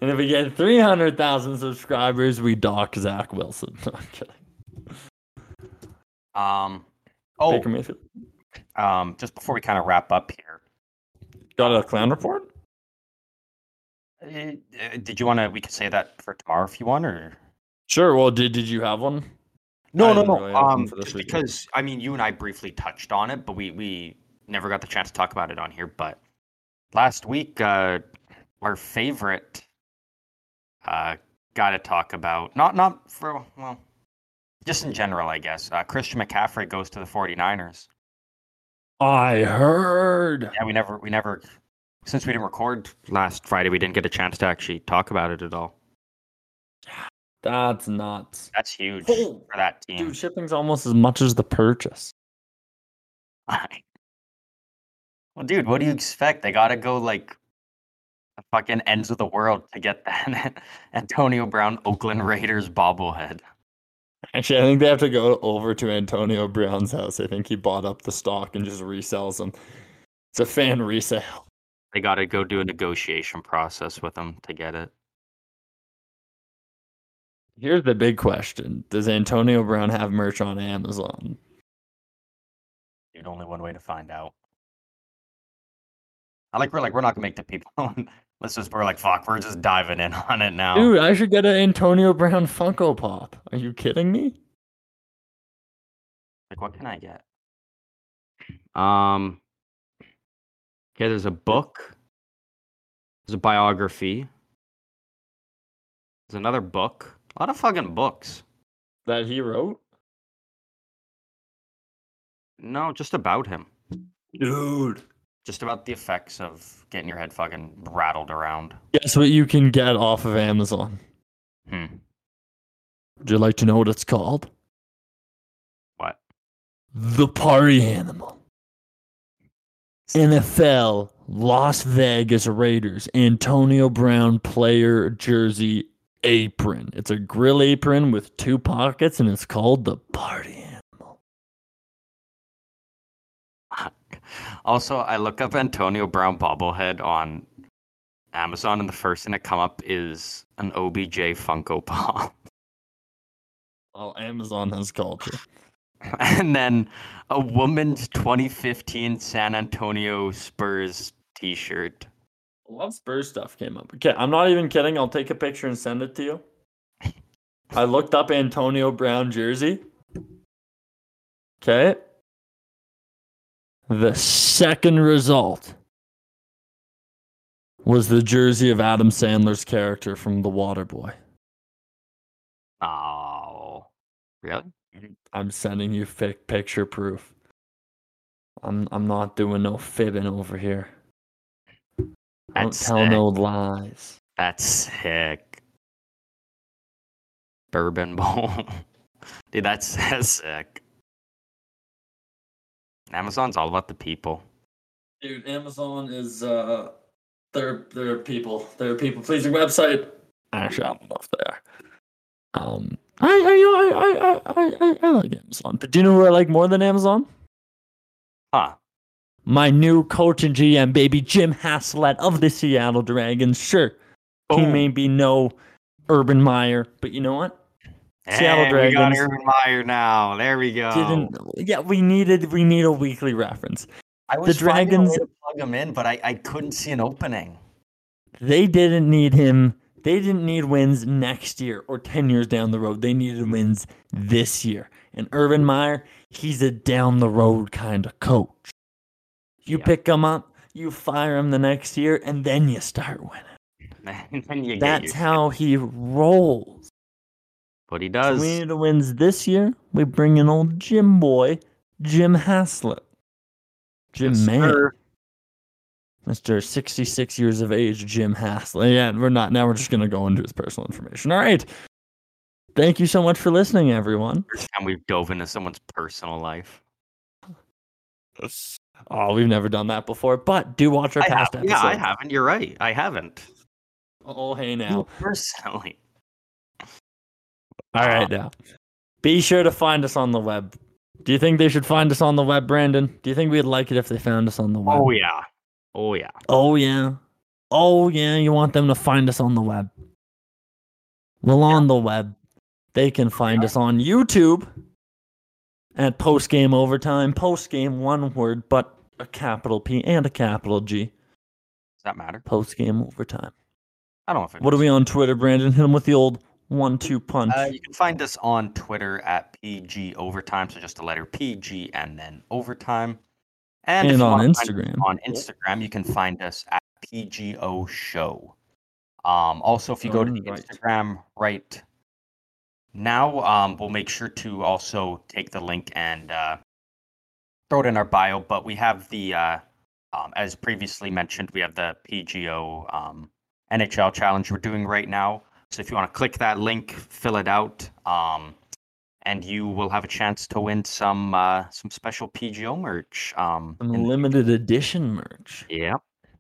S1: And if we get three hundred thousand subscribers, we dox Zach Wilson. No, I'm kidding.
S2: um, oh,
S1: Baker Mayfield.
S2: um, just before we kind of wrap up here,
S1: Got a clown report?
S2: eh, eh, did you want to? We could say that for tomorrow if you want, or
S1: Sure. Well, did did you have one? I
S2: No, no,
S1: didn't
S2: no.
S1: really have one
S2: um,
S1: for this
S2: just
S1: weekend.
S2: because I mean, you and I briefly touched on it, but we we never got the chance to talk about it on here. But last week, uh, our favorite uh, got to talk about not not for well, just in general, I guess. Uh, Christian McCaffrey goes to the 49ers.
S1: I heard.
S2: Yeah, we never we never since we didn't record last Friday, we didn't get a chance to actually talk about it at all.
S1: That's nuts.
S2: That's huge
S1: Oh,
S2: for that team.
S1: Dude, shipping's almost as much as the purchase.
S2: well, dude, what do you expect? They gotta go like the fucking ends of the world to get that Antonio Brown Oakland Raiders bobblehead.
S1: Actually, I think they have to go over to Antonio Brown's house. I think he bought up the stock and just resells them. It's a fan resale.
S2: They gotta go do a negotiation process with him to get it.
S1: Here's the big question Does Antonio Brown have merch on Amazon?
S2: Dude, only one way to find out. I like we're like we're not gonna make the people. Let's just we're like fuck. We're just diving in on it now.
S1: Dude, I should get an Antonio Brown Funko Pop. Are you kidding me?
S2: Like what can I get? Um. Okay, there's a book. There's a biography. There's another book. A lot of fucking books.
S1: That he wrote?
S2: No, just about him.
S1: Dude.
S2: Just about the effects of getting your head fucking rattled around.
S1: Guess what you can get off of Amazon?
S2: Hmm.
S1: Would you like to know what it's called?
S2: What?
S1: The Party Animal. NFL Las Vegas Raiders Antonio Brown player jersey apron. It's a grill apron with two pockets and it's called the Party Animal.
S2: Also, I look up Antonio Brown bobblehead on Amazon, and the first thing that come up is an OBJ Funko Pop.
S1: Well, Amazon has culture.
S2: and then a woman's 2015 San Antonio Spurs T-shirt.
S1: A lot of Spurs stuff came up. Okay, I'm not even kidding. I'll take a picture and send it to you. I looked up Antonio Brown jersey. Okay. The second result was the jersey of Adam Sandler's character from The Waterboy.
S2: Oh, really?
S1: I'm sending you fic- picture proof. I'm I'm not doing no fibbing over here. I Don't
S2: That's
S1: tell
S2: sick.
S1: no lies.
S2: That's sick. Bourbon bowl. Dude, that's, that's sick. Amazon's all about the people.
S1: Dude, Amazon is uh they're they're people. They're people pleasing website. Actually, I don't know if they are. Um I I you know, I, I, I, I, I like Amazon. But do you know who I like more than Amazon?
S2: Huh.
S1: My new coach and GM baby Jim Haslett of the Seattle Dragons. Sure. He
S2: Boom.
S1: may be no Urban Meyer, but you know what? Seattle
S2: hey, We got
S1: Dragons.
S2: Urban Meyer now. There we go.
S1: Didn't yeah, we needed we need a weekly reference.
S2: I was finding a
S1: Dragons-
S2: way to plug him in, but I, I couldn't see an opening.
S1: they didn't need him. They didn't need wins next year or 10 years down the road. They needed wins this year. And Urban Meyer, he's a down the road kind of coach. You
S2: Yeah.
S1: pick him up, you fire him the next year, and then you start winning.
S2: and then you get
S1: That's
S2: your,
S1: how he rolls.
S2: what he
S1: So
S2: does.
S1: we need the wins this year. We bring in old Jim boy, Jim Haslett. Jim
S2: Yes,
S1: Man.
S2: sir.
S1: Mr. 66 years of age, Jim Haslett. Yeah, we're not. Now we're just going to go into his personal information. All right. Thank you so much for listening, everyone.
S2: First time we've dove into someone's personal life.
S1: Oh, we've never done that before, but do watch our
S2: I
S1: past
S2: have-
S1: episodes.
S2: yeah, I haven't. You're right. I haven't.
S1: Oh, hey
S2: You
S1: now.
S2: Personally.
S1: All right now. Be sure to find us on the web. Do you think they should find us on the web, Brandon? Do you think we'd like it if they found us on the web?
S2: Oh, yeah. Oh, yeah.
S1: Oh yeah. Oh yeah, you want them to find us on the web. Well, on the web, they can find us on YouTube at post game overtime, post game one word, but a capital P and a capital G,
S2: Does that matter?
S1: post game overtime.
S2: I don't know if it
S1: What are
S2: does.
S1: we on Twitter, Brandon? Hit them with the old one two punch.
S2: Uh, you can find us on Twitter at PG Overtime. So just the letter PG and then overtime. And, if
S1: And
S2: you
S1: on
S2: wanna find us
S1: Instagram.
S2: on Instagram, you can find us at PGO Show. Um, also, if you go to the
S1: Alright.
S2: Instagram right now, um, we'll make sure to also take the link and uh, throw it in our bio. But we have the, uh, um, as previously mentioned, we have the PGO um, NHL challenge we're doing right now. So if you want to click that link, fill it out, um, and you will have a chance to win some uh, some special PGO merch. Um,
S1: Some
S2: and-
S1: limited edition merch.
S2: yeah,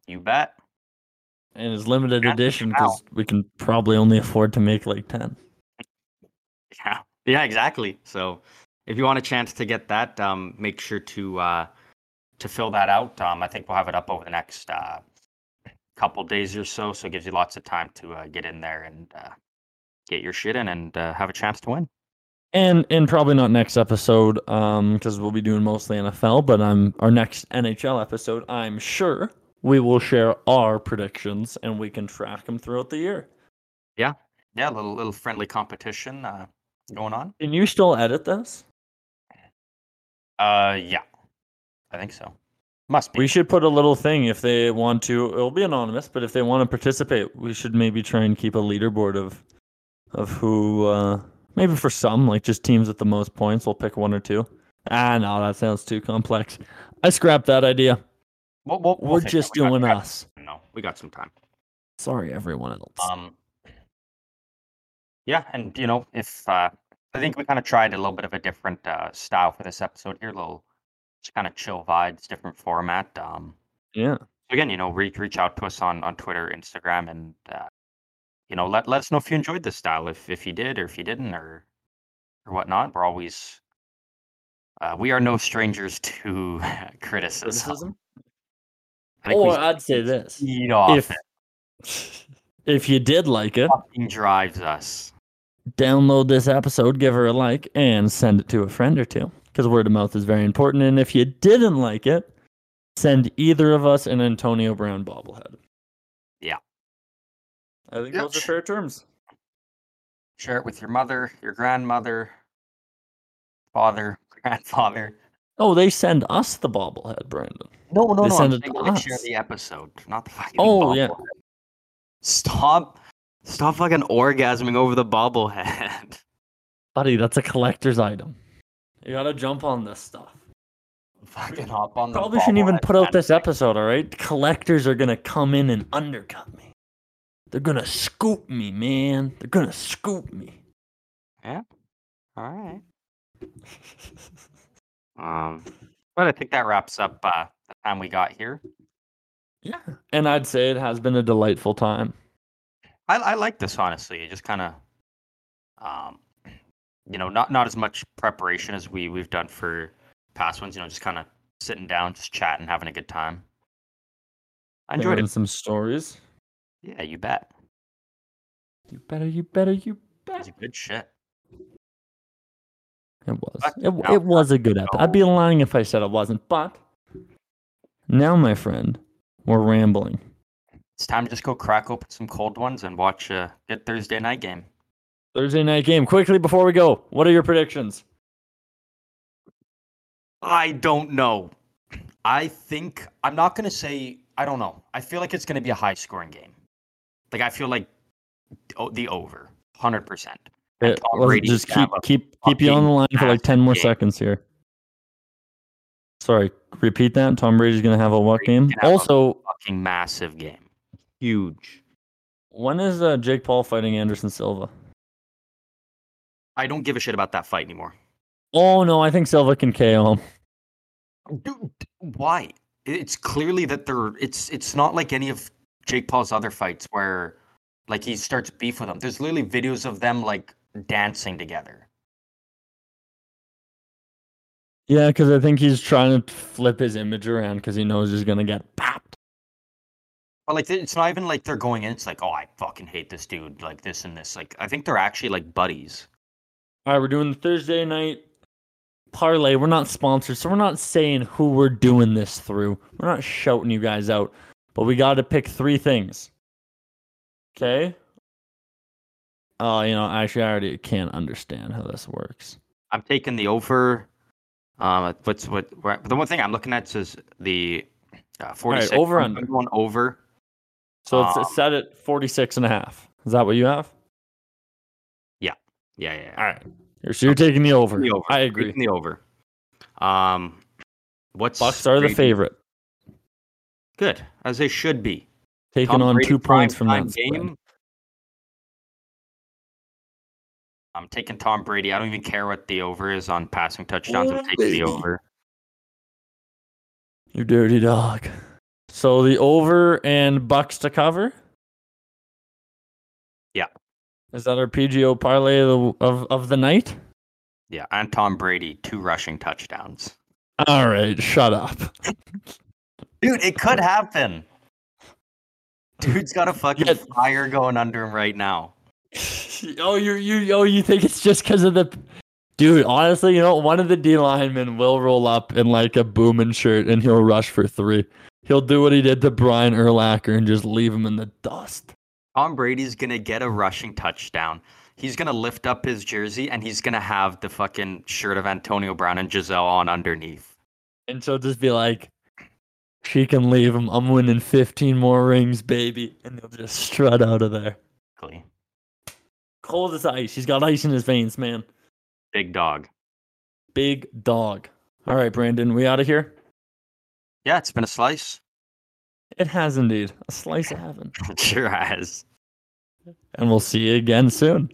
S2: you bet.
S1: And it's limited
S2: That's
S1: edition
S2: out.
S1: because we can probably only afford to make like 10.
S2: Yeah, yeah, exactly. So if you want a chance to get that, um, make sure to uh, to fill that out. Um, I think we'll have it up over the next uh, couple days or so. So it gives you lots of time to uh, get in there and uh, get your shit in and uh, have a chance to win.
S1: and and probably not next episode um because we'll be doing mostly nfl but um our next nhl episode i'm sure we will share our predictions and we can track them throughout the year
S2: Yeah, a little little friendly competition uh, going on.
S1: can you still edit this
S2: Uh, yeah, I think so. Must be.
S1: we should put a little thing if they want to it'll be anonymous but if they want to participate we should maybe try and keep a leaderboard of of who uh maybe for some like just teams with the most points we'll pick one or two ah no that sounds too complex i scrapped that idea
S2: We'll- we'll- we'll
S1: we're
S2: figure it
S1: just
S2: out. We got-
S1: doing
S2: we got
S1: us
S2: some- No, we got some time.
S1: Sorry, everyone else.
S2: Um, yeah, and you know, if uh, I think we kind of tried a little bit of a different uh, style for this episode here, little just kind of chill vibes, different format. Um,
S1: yeah.
S2: again, you know, reach reach out to us on on Twitter, Instagram, and uh, you know, let let us know if you enjoyed this style, if if you did or if you didn't, or or whatnot. We're always Uh, we are no strangers to criticism.
S1: criticism.
S2: I think we
S1: Or I'd say this:
S2: feed off
S1: if
S2: it.
S1: if you did like it,
S2: Fucking drives us.
S1: download this episode, give her a like, and send it to a friend or two. Because word of mouth is very important. And if you didn't like it, send either of us an Antonio Brown bobblehead.
S2: Yeah.
S1: I think
S2: Yeah.
S1: those are fair terms.
S2: Share it with your mother, your grandmother, father, grandfather.
S1: Oh, they send us the bobblehead, Brandon.
S2: No, no,
S1: They
S2: no. I'm
S1: send it
S2: saying,
S1: to
S2: like, share
S1: us.
S2: the episode, not the fucking.
S1: Oh, yeah.
S2: bobblehead. Stop, stop fucking orgasming over the bobblehead.
S1: Buddy, that's a collector's item. You gotta jump on this stuff.
S2: fucking hop on the.
S1: Probably shouldn't even
S2: bobblehead
S1: put out
S2: and
S1: this
S2: like,
S1: episode, all right? Collectors are gonna come in and undercut me. They're gonna scoop me, man. They're gonna scoop me.
S2: All right. Um, but I think that wraps up uh, the time we got here.
S1: Yeah. And I'd say it has been a delightful time.
S2: I, I like this honestly. It just kind of, um, you know, not not as much preparation as we we've done for past ones. You know, just kind of sitting down, just chatting, having a good time. I enjoyed
S1: Hearing
S2: it.
S1: some stories.
S2: Yeah, you bet.
S1: You better, you better, you
S2: It's
S1: better.
S2: good shit.
S1: It was.
S2: Fuck
S1: It,
S2: no.
S1: it was a good episode. I'd be lying if I said it wasn't. But now, my friend, we're rambling.
S2: It's time to just go crack open some cold ones and watch a good Thursday night game.
S1: Thursday night game. Quickly before we go, what are your predictions?
S2: I don't know. I think I'm not gonna say I don't know. I feel like it's gonna be a high scoring game. Like I feel like o- the over, hundred percent. And
S1: It-
S2: Tom
S1: well,
S2: Brady's
S1: Uh, just
S2: gonna
S1: keep
S2: have a
S1: keep keep you on the line for like ten more
S2: game.
S1: seconds here. Sorry, repeat that. Tom Brady's gonna have a what
S2: Brady's
S1: game?
S2: gonna have a-
S1: Also,
S2: Fucking massive game. Huge.
S1: when is uh, Jake Paul fighting Anderson Silva?
S2: I don't give a shit about that fight anymore.
S1: Oh no, I think Silva can KO him.
S2: Dude, why? It's clearly that they're. It's it's not like any of Jake Paul's other fights where, like, he starts beef with them. There's literally videos of them like dancing together.
S1: Yeah, because I think he's trying to flip his image around because he knows he's gonna get popped.
S2: But like, it's not even like they're going in. It's like, oh, I fucking hate this dude. Like this and this. Like, I think they're actually like buddies.
S1: All right, we're doing the Thursday night parlay. We're not sponsored, so we're not saying who we're doing this through. We're not shouting you guys out, but we got to pick three things. Okay. Oh, you know, actually, I already can't understand how this works.
S2: I'm taking the over. Um, what's what? where- The one thing I'm looking at is the uh, 46.
S1: over
S2: I'm-
S1: under.
S2: I'm going over.
S1: So it's,
S2: Um,
S1: it's set at 46 and a half. Is that what you have?
S2: Yeah, yeah.
S1: All right. You're, so you're taking the over.
S2: The over.
S1: I agree.
S2: Taking the over. Um, what's
S1: Bucks are the
S2: Brady-
S1: favorite,
S2: Good as they should be.
S1: taking
S2: Tom
S1: on
S2: Brady
S1: two
S2: prime
S1: points from
S2: time
S1: that spread.
S2: I'm taking Tom Brady. I don't even care what the over is on passing touchdowns.
S1: Oh,
S2: I'm taking
S1: baby.
S2: the over.
S1: You dirty dog. So the over and Bucks to cover.
S2: Yeah.
S1: Is that our PGO parlay of the, of, of the night?
S2: Yeah, and Tom Brady two rushing touchdowns.
S1: All right, shut up.
S2: Dude, it could happen. Dude's got a fucking
S1: Yeah.
S2: fire going under him right now.
S1: oh, you you oh, you think it's just because of the dude? Honestly, you know, one of the D linemen will roll up in like a booming shirt and he'll rush for three. He'll do what he did to Brian Erlacher and just leave him in the dust.
S2: Tom Brady's gonna get a rushing touchdown. He's gonna lift up his jersey and he's gonna have the fucking shirt of Antonio Brown and Giselle on underneath.
S1: And she'll just be like, she can leave him. I'm winning 15 more rings, baby. And he'll just strut out of there.
S2: Clean.
S1: Cold as ice. He's got ice in his veins, man.
S2: Big dog.
S1: Big dog. All right, Brandon, we out of here?
S2: Yeah, it's been a slice.
S1: It has indeed. A slice of heaven.
S2: It sure has.
S1: And we'll see you again soon.